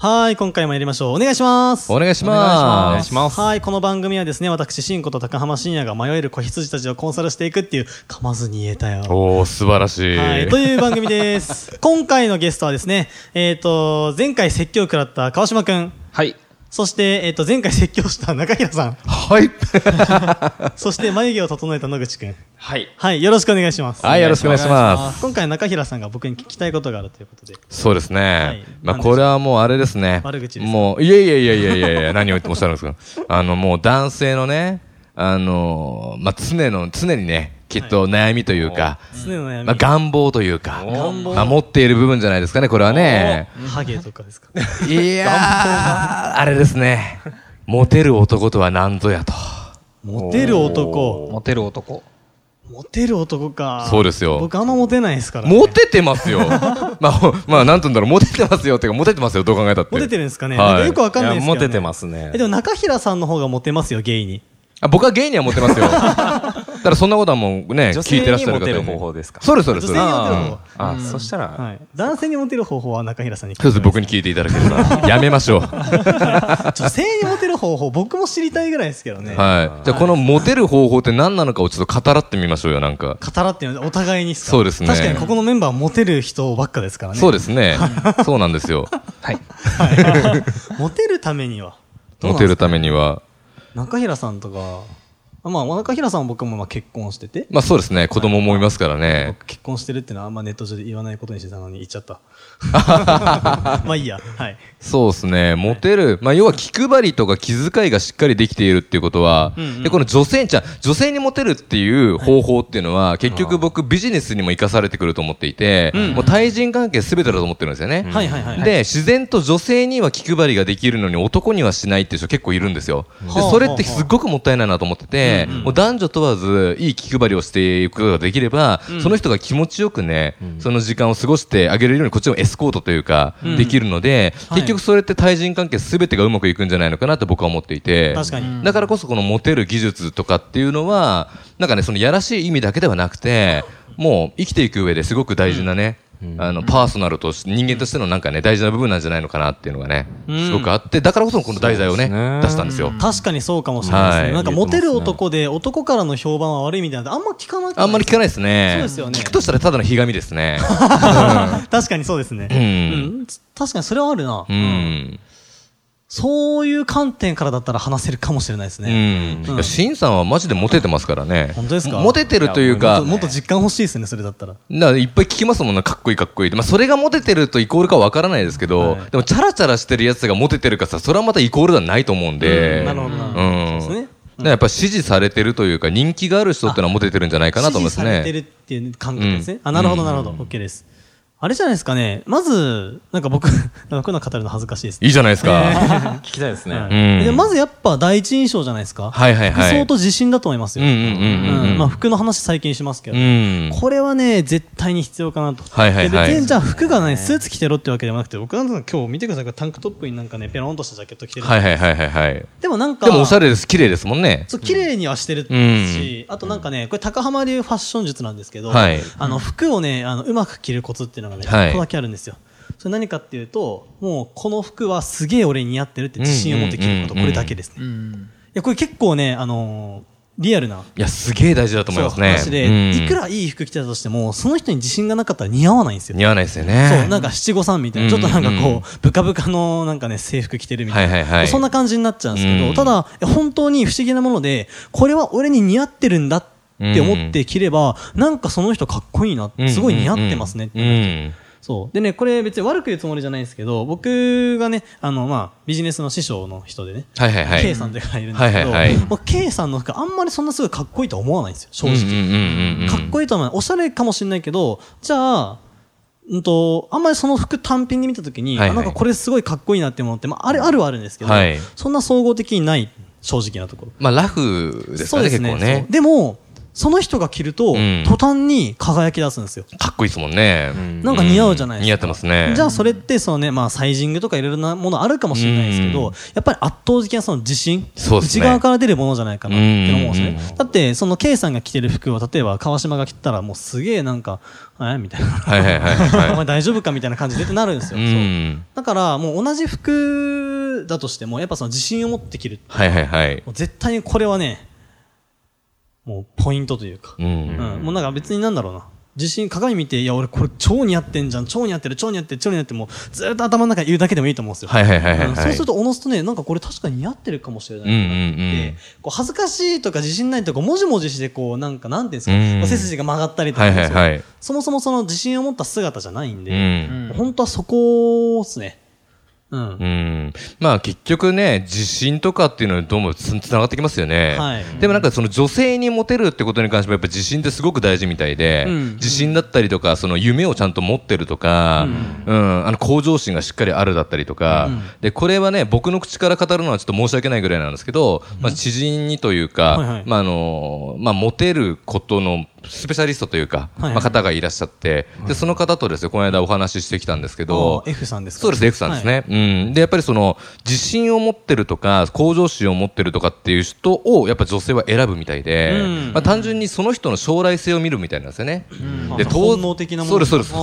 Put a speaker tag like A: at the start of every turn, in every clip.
A: はい、今回もやりましょう。お願いします。
B: お願いします。
C: お願いします
A: はい、この番組はですね、私、シンこと高浜深也が迷える子羊たちをコンサルしていくっていう、噛まずに言えたよ。
C: おー、素晴らしい。
A: はい、という番組 です。今回のゲストはですね、えっ、と、前回説教を食らった川島くん、
B: はい。
A: そして、えっ、と、前回説教した 中平さん、
C: はい。
A: そして眉毛を整えた野口くん。
B: はい。
A: はい、よろしくお願いします。
C: はい、よろしくお願いします。
A: 今回中平さんが僕に聞きたいことがあるということで。
C: そうですね。
A: はい
C: まあ、
A: 何ですか
C: これはもうあれですね。
A: 悪口です
C: もう、いやいやいやいやいやいや、何を言ってもおっしゃるんですか。 あの、もう男性のね、あの、まあ、常の、常にね、きっと悩みというか、
A: 常の悩み。
C: まあ、願望というか、
A: 願望
C: まあ、持っている部分じゃないですかね、これはね。
A: ハゲとかですか。
C: いやー、あれですね。モテる男とは何ぞやと。
A: モテる男。
B: モテる男。
A: モテる男か。
C: そうですよ
A: 僕あんまモテないですから、ね。
C: モテてま すよ。まあ、ほまあ、なんとんだろう、モテてますよっていうか、モテてますよ、どう考えたって。
A: モテてるんですかね、
C: はい
A: なんかよくわかんないですけど、ね。
B: いやモテてますね
A: えでも中平さんの方がモテますよ、ゲイに。
C: あ僕はゲイにはモ テますよ。だからそんなことはもうね、
B: 女性
C: 聞いてらっしゃる方
B: にモ
C: に
B: テる方法ですか
C: そうです、そうです。
A: 女性にモテる方
C: うん
B: あ、そしたら、
A: はい。男性にモテる方法は中平さんに聞
C: そうです、
A: いても
C: 僕に聞いていただければ。やめましょう。は
A: らい女性にモテる方法、僕も知りたいぐらいですけどね。
C: い。じゃあ、このモテる方法って何なのかをちょっと語らってみましょうよ、なんか。
A: 語らっていうのはお互いにっか
C: そうですね
A: 確かにここのメンバーモテる人ばっかですからね。
C: そう
A: で
C: ですね。そうなん ですよ。
B: はい。
A: す。モテるためには。どうなん
C: モ
A: で
C: テ
A: す
C: る
A: か
C: ためには。
A: 中平さんとか、あまあ中平さんは僕もまあ結婚してて、
C: まあそうですね、子供もいますからね。
A: 僕結婚してるってのはあんまネット上で言わないことにしてたのに言っちゃ った。まあいいや。はい。
C: そうですね、モテる、まあ、要は気配りとか気遣いがしっかりできているっていうことは、でこの女性じゃあ女性にモテるっていう方法っていうのは、結局僕、ビジネスにも生かされてくると思っていて、もう対人関係すべてだと思ってるんですよね。
A: はいはいはい。
C: で、自然と女性には気配りができるのに男にはしないっていう人結構いるんですよ。で
A: はあ
C: それってすごくもったいないなと思ってて、もう男女問わずいい気配りをしていくことができれば、その人が気持ちよくね、その時間を過ごしてあげれるようにこっちもエスコートというか、できるので、
A: はい
C: 結局それって対人関係すべてがうまくいくんじゃないのかなって僕は思っていて。
A: 確かに
C: だからこそこのモテる技術とかっていうのは、なんかね、そのやらしい意味だけではなくて、もう生きていく上ですごく大事なね、あの、パーソナルとし人間としてのなんかね、大事な部分なんじゃないのかなっていうのがね、
A: ん
C: すごくあって、だからこそこの題材をね、
B: そうですね
C: 出したんですよ。
A: 確かにそうかもしれないですね。
C: はい
A: なんかモテる男で男からの評判は悪いみたいなのってあんま聞かなくない
C: あんまり聞かないですね。
A: そうですよね
C: 聞くとしたらただのひがみですね。
A: 確かにそうですね。
C: うん
A: うん確かにそれはあるな。
C: うん。
A: そういう観点からだったら話せるかもしれないです
C: うん。
A: ね。
C: いやシンさんはマジでモテてますからね。
A: 本当ですか
C: モテてるという
A: もっ
C: か
A: と、もっと実感欲しいですね、それだったら。
C: な、いっぱい聞きますもんね、かっこいいかっこいいって。まあ、それがモテてるとイコールかわからないですけど、
A: はい
C: でも、チャラチャラしてるやつがモテてるかさ、それはまたイコールではないと思うんで。
A: うんなるほどなるほど
C: うん。
A: そうですね
C: だからやっぱ支持されてるというか、人気がある人ってのはモテてるんじゃないかなと思います
A: 支持されてる
C: ね。
A: っていう感覚ですね。あ、なるほど、なるほど。OK です。あれじゃないですかね。まず、なんか僕、 なんかこういうの語るの恥ずかしいですね。
C: いいじゃないですか。
B: 聞きたいですね。
A: はい
C: うん
A: でまずやっぱ第一印象じゃないですか。
C: はいはいはい
A: 服装と自信だと思います
C: うん
A: よ。
C: うんうんうん。
A: うんまあ服の話最近しますけど
C: う。ん。
A: これはね、絶対に必要かなと。
C: はいはいはい
A: で別にじゃあ服がね、スーツ着てろってわけではなくて、僕なんか今日見てください。タンクトップになんかね、ペロンとしたジャケット着てる。
C: はいはいはいはいはい。
A: でもなんか、
C: でも、おしゃれです。綺麗ですもんね。
A: そう、綺麗にはしてるし、あとなんかね、これ高浜流ファッション術なんですけど、
C: はい
A: あの、服をね、あの、うまく着るコツっていうのがね、
C: はい
A: 一個だけあるんですよ。それ何かっていうと、もうこの服はすげえ俺に似合ってるって自信を持って着ること、
C: うん
A: これだけですね。いや、これ結構ね、あのーリアルない
C: や、すげえ大事だと思いますね。
A: 話
C: う
A: で、
C: ん
A: いくらいい服着てたとしても、その人に自信がなかったら似合わないんですよ。
C: 似合わないですよね。
A: そう、なんか七五三みたいな、ちょっとなんか
C: うんうんう
A: こう、ブカブカのなんかね、制服着てるみたいな、
C: はいはいはい
A: そんな感じになっちゃうんですけど、
C: うん
A: ただ、え本当に不思議なもので、これは俺に似合ってるんだって思って着れば、なんかその人かっこいいな、すごい似合ってますねって
C: うんうん。
A: そう。でね、これ別に悪く言うつもりじゃないんですけど、僕がね、あの、まあ、ビジネスの師匠の人でね、
C: はいはいはい。
A: K さんって方いるんですけど、
C: はいはいはい
A: もう K さんの服あんまりそんなすごいかっこいいとは思わないんですよ、正
C: うん
A: 直。
C: うんうんうんうん。
A: かっこいいとは思わない。おしゃれかもしれないけど、じゃあ、うんと、あんまりその服単品で見たときに、
C: はいはい
A: あなんかこれすごいかっこいいなって思って、まあ、あれあるはあるんですけど、
C: はい
A: そんな総合的にない、正直なところ。
C: まあ、ラフですかね、結構
A: そ
C: ね
A: う。でも、その人が着ると、
C: うん
A: 途端に輝き出すんですよ。
C: かっこいいですもんね。
B: ん
A: なんか似合うじゃないですか。
C: 似合ってますね。
A: じゃあそれってそのね、まあ、サイジングとかいろいろなものあるかもしれないですけど、
C: うん
A: やっぱり圧倒的なその自信、
C: そうですね
A: 内側から出るものじゃないかなって思うんですね。
C: うん
A: だってその K さんが着てる服を例えば川島が着たらもうすげえなんかえみたいな、
C: はいはいはいはい
A: お前大丈夫かみたいな感じでってなるんですよ、そ
C: う。
A: うんだからもう同じ服だとしてもやっぱその自信を持って着る
C: はいはいはい。
A: もう絶対にこれはねもうポイントというか
C: う、ん。
A: うん、もうなんか別になんだろうな自信鏡見ていや俺これ超似合ってんじゃん超似合ってる超似合ってる超似合ってるもうずーっと頭の中に言うだけでもいいと思うんですよ、
C: はいはいはいはい
A: うん
C: はい。
A: そうするとおのずとねなんかこれ確かに似合ってるかもしれないなって
C: うんうんう
A: で
C: ん
A: こう恥ずかしいとか自信ないとかもじもじしてこうなんかなんていうんですか、
C: うん
A: こう背筋が曲がったりとか、
C: はいはいはい。
A: そもそもその自信を持った姿じゃないん
C: う
A: で、
C: ん。
A: 本当はそこっすねうん、
C: うん。まあ結局ね、自信とかっていうのはどうもつつながってきますよね。
A: はい
C: でもなんかその女性にモテるってことに関してもやっぱ自信ってすごく大事みたいで、
A: うん
C: 自信だったりとか、その夢をちゃんと持ってるとか、うん、あの向上心がしっかりあるだったりとか、で、これはね、僕の口から語るのはちょっと申し訳ないぐらいなんですけど、まあ知人にというか、
A: はいはい
C: まああの、まあモテることのスペシャリストというか、
A: はいはい
C: まあ方がいらっしゃって、で、その方とですね、この間お話ししてきたんですけど
A: あ、ー F さんですか
C: そうです、F さんですね。うん。で、やっぱりその、自信を持ってるとか、向上心を持ってるとかっていう人を、やっぱ女性は選ぶみたいで、
A: うん
C: まあ単純にその人の将来性を見るみたいなんですよね。
A: はい
C: で
A: あ
C: 当
A: 本能的なもの
C: そうですそうです
A: あ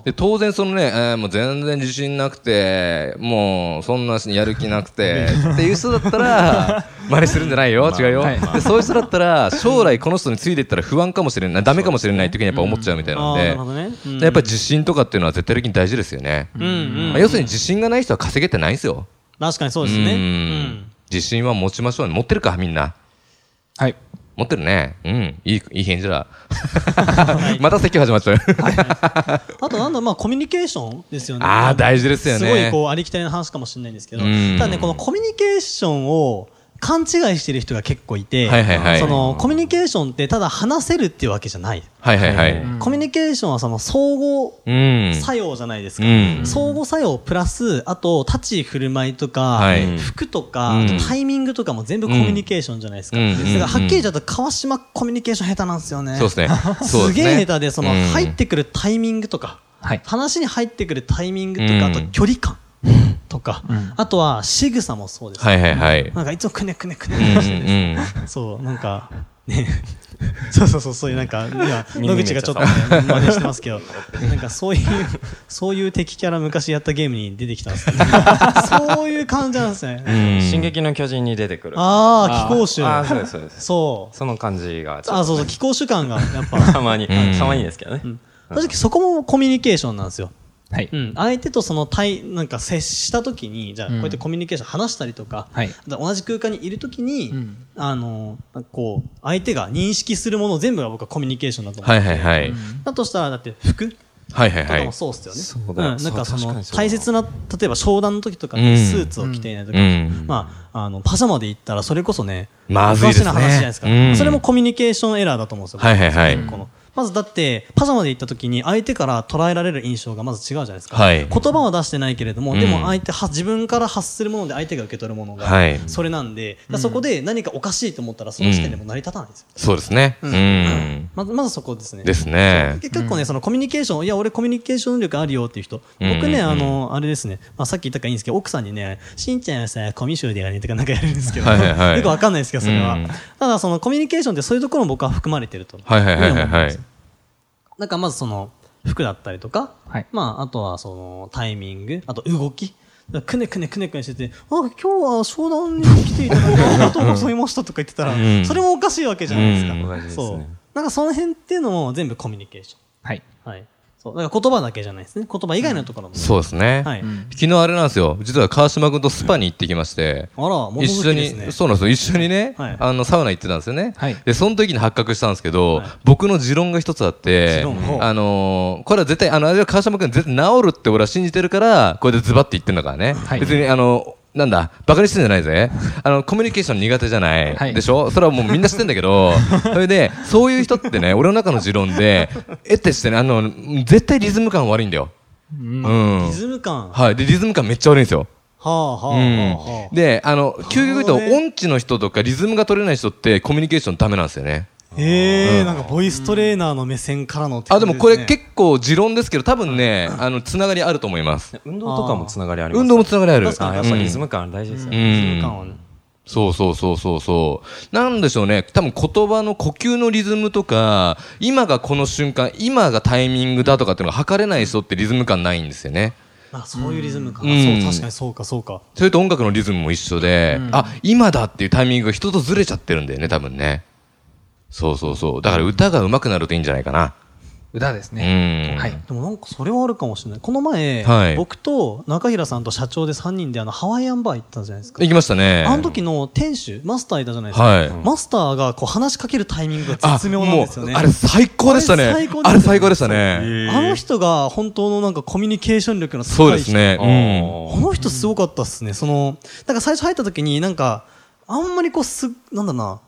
A: ー
C: で、当然そのね、えーもう全然自信なくて、もうそんなしやる気なくて、っていう人だった ら、真似するんじゃないよ、
B: まあ
C: 違うよ、
B: はいまあ
C: で。そういう人だったら、将来この人についていったら不安かもしれない、ダメかもしれないっていうふうにやっぱ思っちゃうみたいな
A: あ
C: の
A: ーな
C: で
A: るほ、どね、うん
C: でやっぱり自信とかっていうのは絶対的に大事ですよね。
A: うんうん
C: まあ、要するに自信がない人は稼げてないんですよ。
A: 確かにそうですね。
C: う
A: うんん。
C: 自信は持ちましょうね。持ってるか、みんな。
B: はい。
C: 持ってるね。うん。いい、いい返 事だ。また説教始まっちゃう。
A: あとなんだ、まあコミュニケーションですよね。
C: ああ、大事ですよ
A: すごい
C: ね。
A: こうありきたりな話かもしれないんですけど、
C: うん
A: ただね、このコミュニケーションを勘違いしてる人が結構いて、
C: はいはいはい
A: そのコミュニケーションってただ話せるっていうわけじゃない。
C: はいはいはい。
A: コミュニケーションはその相互
C: うん。
A: 作用じゃないですか。
C: うん
A: 相互作用プラス、あと立ち居振る舞いとか、
C: はい
A: 服とか、
C: うん
A: あとタイミングとかも全部コミュニケーションじゃないですか。
C: うん
A: だからはっきり言っちゃうと川島コミュニケーション下手なんですよね。
C: そう ですね。そう
A: す
C: です
A: げ
C: ね。
A: え下手で、その
C: うん
A: 入ってくるタイミングとか、
B: はい。
A: 話に入ってくるタイミングと
C: うん
A: か、あと距離感とか
B: ん、
A: あとは仕草もそうです。
C: はいはいはい。
A: なんかいつもくねくねくね
C: うん
A: してる
C: うん
A: そう、なんか、ね。 そうそうそう、そういうなんか、今、野口がちょっとね真似してますけど、なんかそういう、そういう敵キャラ昔やったゲームに出てきたんですけ ど、そういう感じなんです
C: う
A: ね。
C: ん。
D: 進撃の巨人に出てくる。
A: ああ、気候臭。
D: あーそうです、そうです。
A: そう。
D: その感じが、ちょ
A: あ、
D: っ
A: そうそう、気候臭感が、やっぱ。
D: とたまに、
C: うん
D: たまにですけどね。
A: 正直そこもコミュニケーションなんですよ。
B: はい
A: うん、相手とその対なんか接した時にじゃあこうやってコミュニケーション話したりとか、
B: はい
A: あと同じ空間にいる時に、
B: ん
A: あのこう相手が認識するもの全部が僕はコミュニケーションだと思う、
C: はいはいはい。
A: だとしたらだって服
C: はいはい
A: と
C: は
A: か
C: い
A: も。そうっすよね、
D: そうだ
A: ん、
D: よ
A: なんかそう
D: そ確か
A: の
D: にそうだ
A: 大切な例えば商談の時とか
C: うん
A: にスーツを着ていないとか、
C: うん
A: まあ、あのパジャマで行ったらそれこそね
C: まずいですね
A: おかしな話じゃないですか、
C: うん
A: それもコミュニケーションエラーだと思うんですよ、
C: はいはいはい。
A: このまずだってパジャマで行った時に相手から捉えられる印象がまず違うじゃないですか、
C: はい
A: 言葉は出してないけれども、
C: うん
A: でも相手は自分から発するもので相手が受け取るものが、
C: はい
A: それなんで、だからそこで何かおかしいと思ったらその時点でもう成り立たないんですよ、
C: そうですね。う
A: うん
C: ん。
A: まずまずそこですね
C: ですね。
A: 結構ね、そのコミュニケーション、いや、俺コミュニケーション能力あるよっていう人、僕ね、
C: うんうんうん
A: あの、あれですね、まあさっき言ったからいいんですけど、奥さんにね、しんちゃんはさ、コミュ障でやねとかなんかやるんですけど、
C: はいはいは い
A: よくわかんないですけど、それは。
C: うん
A: ただ、そのコミュニケーションってそういうところも僕は含まれてると。
C: はいはいはいはい
A: 思うん
C: は
A: です
C: い
A: よ。なんかまずその、服だったりとか、
B: はい
A: まあ、あとはその、タイミング、あと動き。くねくねくねくねしてて、あ、今日は商談に来ていただいてありがとうございましたとか言ってたら、
C: うん
A: それもおかしいわけじゃないですか。
C: うんお
D: かしいですね
A: そう。なんかその辺っていうのも全部コミュニケーション。
B: はい。
A: はい。そう。だから言葉だけじゃないですね。言葉以外のところも。
C: そうですね。
A: はい。
C: 昨日あれなんですよ。実は川島君とスパに行ってきまして。
A: あら、物
C: 一
A: 好
C: 緒
A: きで
C: に、
A: すね。
C: そうなんですよ。一緒にね、
A: はい
C: あの、サウナ行ってたんですよね。
B: はい
C: で、その時に発覚したんですけど、
A: はい
C: 僕の持論が一つあって
A: 持論ほ、う
C: あのーこれは絶対、あの、あれは川島君絶対治るって俺は信じてるから、これでズバって言ってんだからね。
B: はい
C: 別に、あの、なんだ、バカにしてんじゃないぜ。あの、コミュニケーション苦手じゃない。
E: はい
C: でしょそれはもうみんな知ってんだけ ど、それで、そういう人ってね、俺の中の持論で、えってしてね、あの、絶対リズム感悪いんだよ。うん。
A: リズム感。は
C: はい。で、リズム感めっちゃ悪いんですよ。
A: あはあはあ
C: うん
A: は。
C: で、あの、究極言うと、
A: なるほどね
C: 音痴の人とかリズムが取れない人ってコミュニケーションダメなんですよね。
A: あ。へえ、なんかボイストレーナーの目線からのって
C: あ、
A: 感じ
C: で
A: す
C: も
A: ね
C: これ結構持論ですけど、多分ね、あの、つながりあると思います。
D: 運動とかもつながりあります
C: 運動もつながりある。
A: 確か
D: あ
A: に
D: やっぱリズム感大事ですよ
C: う
D: ね。
A: リズム
C: ん。
A: 感はね。
C: そうそうそうそうそう。なんでしょうね。多分言葉の呼吸のリズムとか、今がこの瞬間、今がタイミングだとかっていうのが測れない人ってリズム感ないんですよね。
A: あ、そういうリズム感。
C: うん
A: そう、確かにそうか、そうか。
C: それと音楽のリズムも一緒で、あ、今だっていうタイミングが人とずれちゃってるんだよね、多分ね。そうそうそう。だから歌が上手くなるといいんじゃないかな。
E: 歌です
C: う
E: ね。
C: ん。
E: はい。
A: でもなんかそれはあるかもしれない。この前、
C: はい
A: 僕と中平さんと社長で3人であのハワイアンバー行ったじゃないですか。
C: 行きましたね。
A: あの時の店主、マスターいたじゃないですか。
C: はい
A: マスターがこう話しかけるタイミングが
C: あ
A: 絶妙なんですよね。
C: もうあれ最高でしたね。
A: あれ最高でしたね
C: あれ最高でしたね。
A: あの人が本当のなんかコミュニケーション力の
C: そう
A: 高
C: で
A: い人
C: すね。うん。
A: この人すごかったっすね。その、なんか最初入った時になんか、あんまりこうす、なんだな、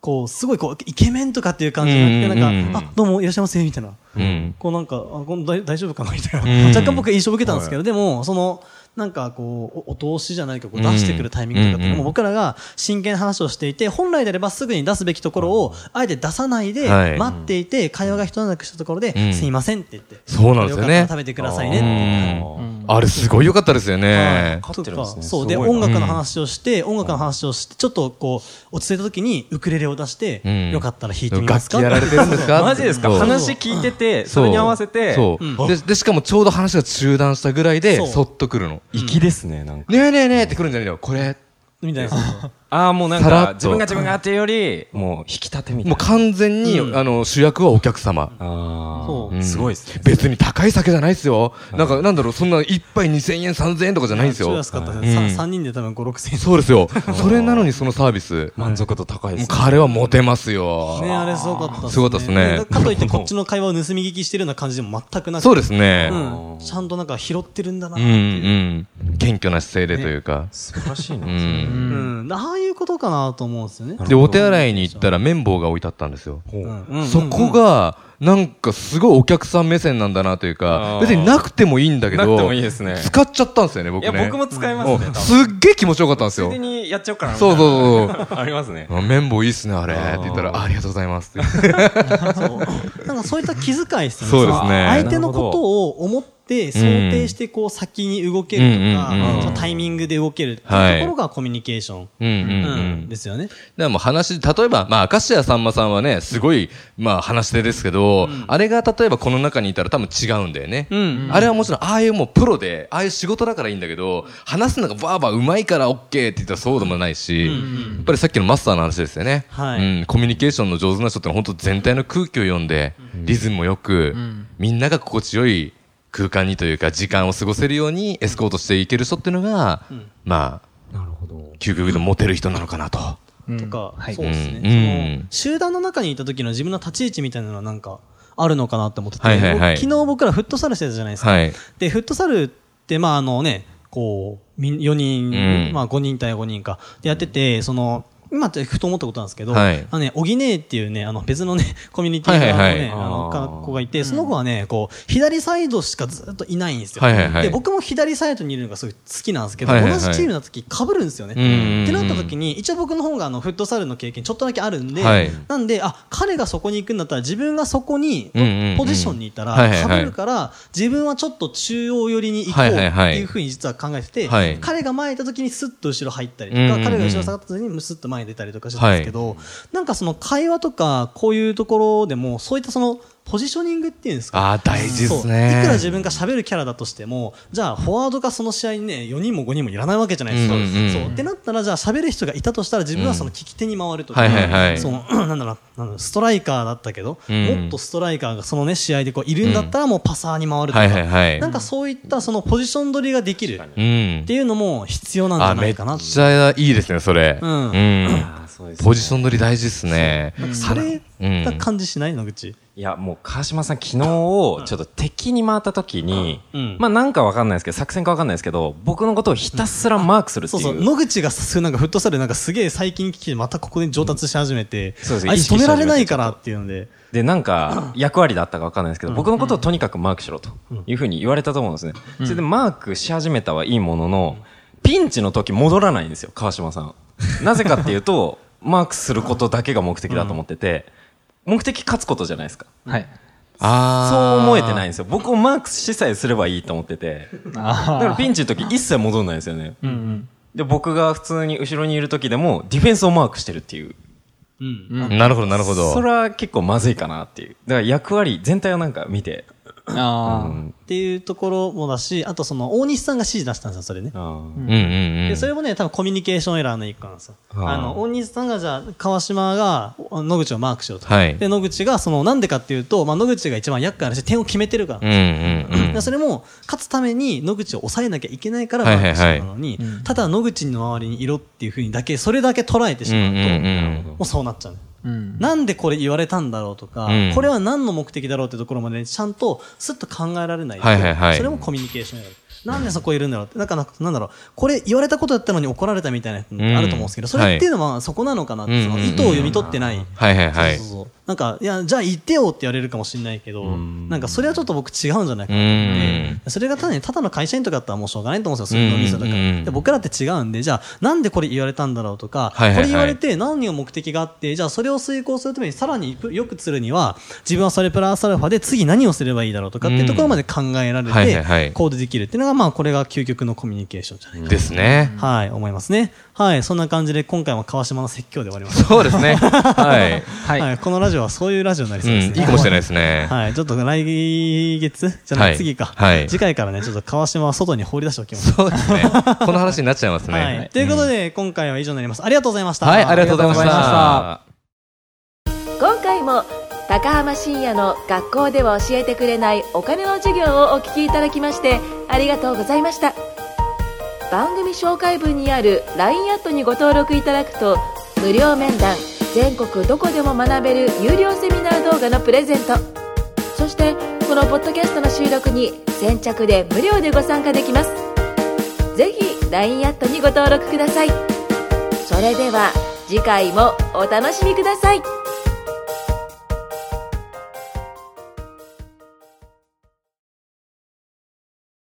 A: こう、すごいこう、イケメンとかっていう感じじゃなくて、
C: うん
A: な
C: うんうん
A: んか、あ、どうもいらっしゃいませ、みたいな。
C: うん。
A: こうなんか、あこの大大丈夫かなみたい
C: うん
A: な。若干僕印象受けたんですけど、でも、その、なんかこう、おお通しじゃないか、こう出してくるタイミングとかって
C: うんうん
A: もう僕らが真剣な話をしていて、本来であればすぐに出すべきところを、あえて出さないで
C: はい、
A: 待っていて、会話が一段落したところ
C: うん
A: で、すいませんって言って。
C: そうなんですよね
A: かったら食べてくださいねって言って。
C: うんあれすごい良かったですよね。
D: 勝ってるんですね
A: とかそうです
D: ごいな
A: 音楽の話をして、音楽の話をしてちょっとこう落ち着いた時にウクレレを出して、
C: うん
A: よかったら弾いてみま
C: 楽
A: す
C: 器
A: か
C: やられてるんですか
D: マジですか
C: そう
D: 話聞いてて、
C: そう
D: それに合わせて、
C: そう、
A: うん
C: で。で、しかもちょうど話が中断したぐらいで、
A: そう
C: そっと来るの。
D: 粋ですね、なんか。
C: ねえねえねえって来るんじゃないのこれ。
A: みたいな
D: ああ、もうなん
C: さらっ
D: か
C: と、
D: 自分が自分がっていうより、もう引き立てみたい
C: もう
D: な。
C: 完全に、
A: うん
C: あの、主役はお客様。
D: あ
A: そう
C: うん
D: すごいですね。
C: 別に高い酒じゃないですよ。なんか、なんだろう、そんな一杯2000円、3000円とかじゃないんです
A: 超
C: よ。
A: 安かった
C: う
A: で
C: ん
A: す、3人で多分5、6000円
C: そう ですよ。それなのにそのサービス。も
D: 満足度高いで
C: う
D: すね。
C: 彼はモテますよ。
A: ね、あれすごかったっすね。
C: すごかったっすね
A: でかといってこっちの会話を盗み聞きしてるような感じでも全くなく
C: そうですね
A: う。んちゃんとなんか拾ってるんだなっ
C: う
A: て
C: ん、
A: い
C: う
A: う。
C: ん、謙虚な姿勢でというか。
D: 素晴らしいな。
C: うん。
A: うんああいうことかなと思うんですよね。
C: で、お手洗いに行ったら綿棒が置いてあったんですよ。
A: うん
C: そこが、なんかすごいお客さん目線なんだなというか
D: あ、ー
C: 別になくてもいいんだけど、
D: なくてもいいですね
C: 使っちゃったんですよね、僕
D: い
C: ね。
D: や、僕も使います
C: う
D: ね
C: ん
D: 多分。
C: すっげえ気持ちよかったんです
D: つい
C: よ
D: で。にやっちゃおうかな。
C: そうそう
D: う。ありますね。
C: そう。綿棒いいっすね、あれ。って言ったら、ありがとうございますって。
A: そう なんかそういった気遣いですよね。
C: そうですね
A: の相手のことを思って、想定してこう先に動けるとか、
C: うんうんうん
A: そのタイミングで動けるって
C: はい
A: いうところがコミュニケーション。
C: うんうん
A: う
C: うん
A: ん。ですよね。
C: でも話、例えば、まあ、明石家さんまさんはね、すごい、まあ、話し手ですけど、あれが例えばこの中にいたら多分違うんだよね。
A: ん
C: あれはもちろん、ああいうもうプロで、ああいう仕事だからいいんだけど、話すのがバーバーうまいからオッケーって言ったらそうでもないし、やっぱりさっきのマスターの話ですよね。
A: はい
C: うん、コミュニケーションの上手な人ってのは本当全体の空気を読んで、リズムもよく、みんなが心地よい空間にというか、時間を過ごせるようにエスコートしていける人っていうのが、まあ、究極でモテる人なのかなと。
E: と
A: とか、
E: はい
A: そう。ですね、
C: うん
A: その集団の中にいた時の自分の立ち位置みたいなのはなんかあるのかなって思ってて、
C: はいはいはい
A: 僕昨日僕らフットサルしてたじゃないですか、
C: はい。
A: でフットサルってまああのねこうみん4人、
C: うん
A: まあ、5人対5人かでやっててその今ってふと思ったことなんですけど、
C: はい
A: あのね、おぎねえっていうね、あの別のね、 コミュニティの,、ね
C: はいはいはい
A: あのか子がいて、その子はね、こう、左サイドしかずっといないんですよ、
C: はいはいはい
A: で、僕も左サイドにいるのがすごい好きなんですけど、
C: はいはいはい
A: 同じチームの時被るんですよね。
C: うんうんうん
A: ってなった時に、一応僕の方があのフットサルの経験ちょっとだけあるんで、
C: はい
A: なんで、あ、彼がそこに行くんだったら自分がそこに
C: うんうんうん
A: ポジションにいたら
C: はいはいはい
A: 被るから、自分はちょっと中央寄りに行こうっ
C: はい
A: て
C: はいはい
A: いうふうに実は考えてて、
C: はい
A: 彼が前にいた時にスッと後ろ入ったりと
C: うんうん
A: か、
C: うん
A: 彼が後ろ下がった時にムスッと前に出たりとかしてたんですけど、なんかその会話とかこういうところでもそういったそのポジショニングっていうんですか
C: ああ、大事です
A: そうい
C: ね。
A: くら自分が喋るキャラだとしても、じゃあ、フォワードがその試合にね、4人も5人もいらないわけじゃないですか。
C: うんうんうん
A: そう。ってなったら、じゃあ、喋る人がいたとしたら、自分はその聞き手に回ると
C: う
A: か、
C: んはいはいはい
A: その、なんだろう な、なんだろうストライカーだったけど、
C: うん
A: もっとストライカーがそのね、試合でこう、いるんだったら、もうパサーに回るとか、
C: はいはいはい。
A: なんかそういったそのポジション取りができるっ
C: うん
A: て。いうのも必要なんじ
C: あ、
A: ゃな
C: めっ
A: いかなって
C: ちゃいいですね、それ。
A: うん
C: うん。
D: そうですね
C: ポジション取り大事ですね。
A: され
C: うん
A: た感じしない野口。
D: いや、もう川島さん、昨日をちょっと敵に回った時に、
A: うん
D: まあなんかわかんないですけど、作戦かわかんないですけど、僕のことをひたすらマークするって
A: そ
D: いうう。
A: そう、野口がさすなんかフットサルなんかすげえ最近聞きて、またここで上達し始めて、
D: そうです
A: あい
D: 意
A: つ
D: 識
A: 止
D: し
A: め
D: 始めて
A: られないからっていうので、
D: で、なんか役割だったかわかんないですけど、僕のことをとにかくマークしろというふうに言われたと思うんですね。それでマークし始めたはいいものの、ピンチの時戻らないんですよ、川島さん。なぜかっていうと、 マークすることだけが目的だと思ってて、目的勝つことじゃないですか。
E: はい。
C: あ
D: そう思えてないん
C: い。
D: ですよ。僕をマークしさえすればいいと思ってて。だから
E: あ
D: ピンチの時一切戻んないんですよね。
E: あ。うん
D: で、僕が普通に後ろにいる時でもディフェンスをマークしてるっていう。
A: うん。
E: うん。
C: なるほど、なるほど。
D: それは結構まずいかなっていう。だから役割全体をなんか見て。う
E: あ
D: ん。
A: っていうところもだし、あとその、大西さんが指示出したんですよ、それね。
D: うん
C: うんうんう
A: で
C: ん。
A: それもね、多分コミュニケーションエラーの一個なんですよ。
D: あー
A: あの、大西さんがじゃあ、川島がお野口をマークしようと。
C: はい
A: で、野口が、その、なんでかっていうと、まあ、野口が一番厄介だし、点を決めてるから。
C: うんうんうん
A: で。それも、勝つために野口を抑えなきゃいけないからマ
C: はいは
A: ー
C: いはい
A: クしてたのに
E: う、ん
A: ただ野口の周りにいろっていうふうにだけ、それだけ捉えてし
C: うんう
A: まうと、
C: ん
A: も
C: うん。
A: うそうなっちゃうね。
E: あ。うん。
A: なんでこれ言われたんだろうとか、
C: うん
A: これは何の目的だろうってところまで、ちゃんとすっと考えられないと、
C: はいはいはい
A: それもコミュニケーションやる。なんでそこいるんだろうって、なんかなんかなんだろう、これ言われたことだったのに怒られたみたいなやつあると思うんですけど、
C: うん
A: それっていうのはそこなのかなって、その
C: うん
A: 意図を読み取ってない。
C: はいはいはい
A: そう。そうそうなんか、いや、じゃあ言ってよって言われるかもしれないけど、
D: ん
A: なんかそれはちょっと僕違うんじゃないか
C: う
A: な。
C: ん。
A: それがただねただの会社員とかだったらもうしょうがないと思うんですよ、それのミスだから、
C: うんうんうん
A: で。僕らって違うんで、じゃあ、なんでこれ言われたんだろうとか、
C: はいはいはい
A: これ言われて何を目的があって、じゃあそれを遂行するためにさらによくするには、自分はそれプラスアルファで次何をすればいいだろうとかっていうところまで考えられ
C: うんはいはいは
A: て
C: い、
A: 行動できるっていうのが、まあ、これが究極のコミュニケーションじゃないか
C: ですね。
A: な、はい、思いますね。はい、そんな感じで今回も川島の説教で終わりました。
C: そうですね。 はい。
E: はい。
A: はい、このラジオはそういうラジオになり
C: う
A: そ
C: ん
A: うですね。、
C: いいかもしれないですね。
A: はい、ちょっと来月じゃな
C: はい
A: い、次か。
C: はい
A: 次回からね、ちょっと川島は外に放り出しておきます。
C: そうですね。この話になっちゃいます
A: はい。
C: ね。
A: ということで、今回は以上になります。ありがとうございました。
C: はい、ありがとうございまし
E: ありがとうございました
C: た。
F: 今回も高浜深也の学校では教えてくれないお金の授業をお聞きいただきましてありがとうございました番組紹介文にある LINE アットにご登録いただくと無料面談全国どこでも学べる有料セミナー動画のプレゼントそしてこのポッドキャストの収録に先着で無料でご参加できますぜひ LINE アットにご登録くださいそれでは次回もお楽しみください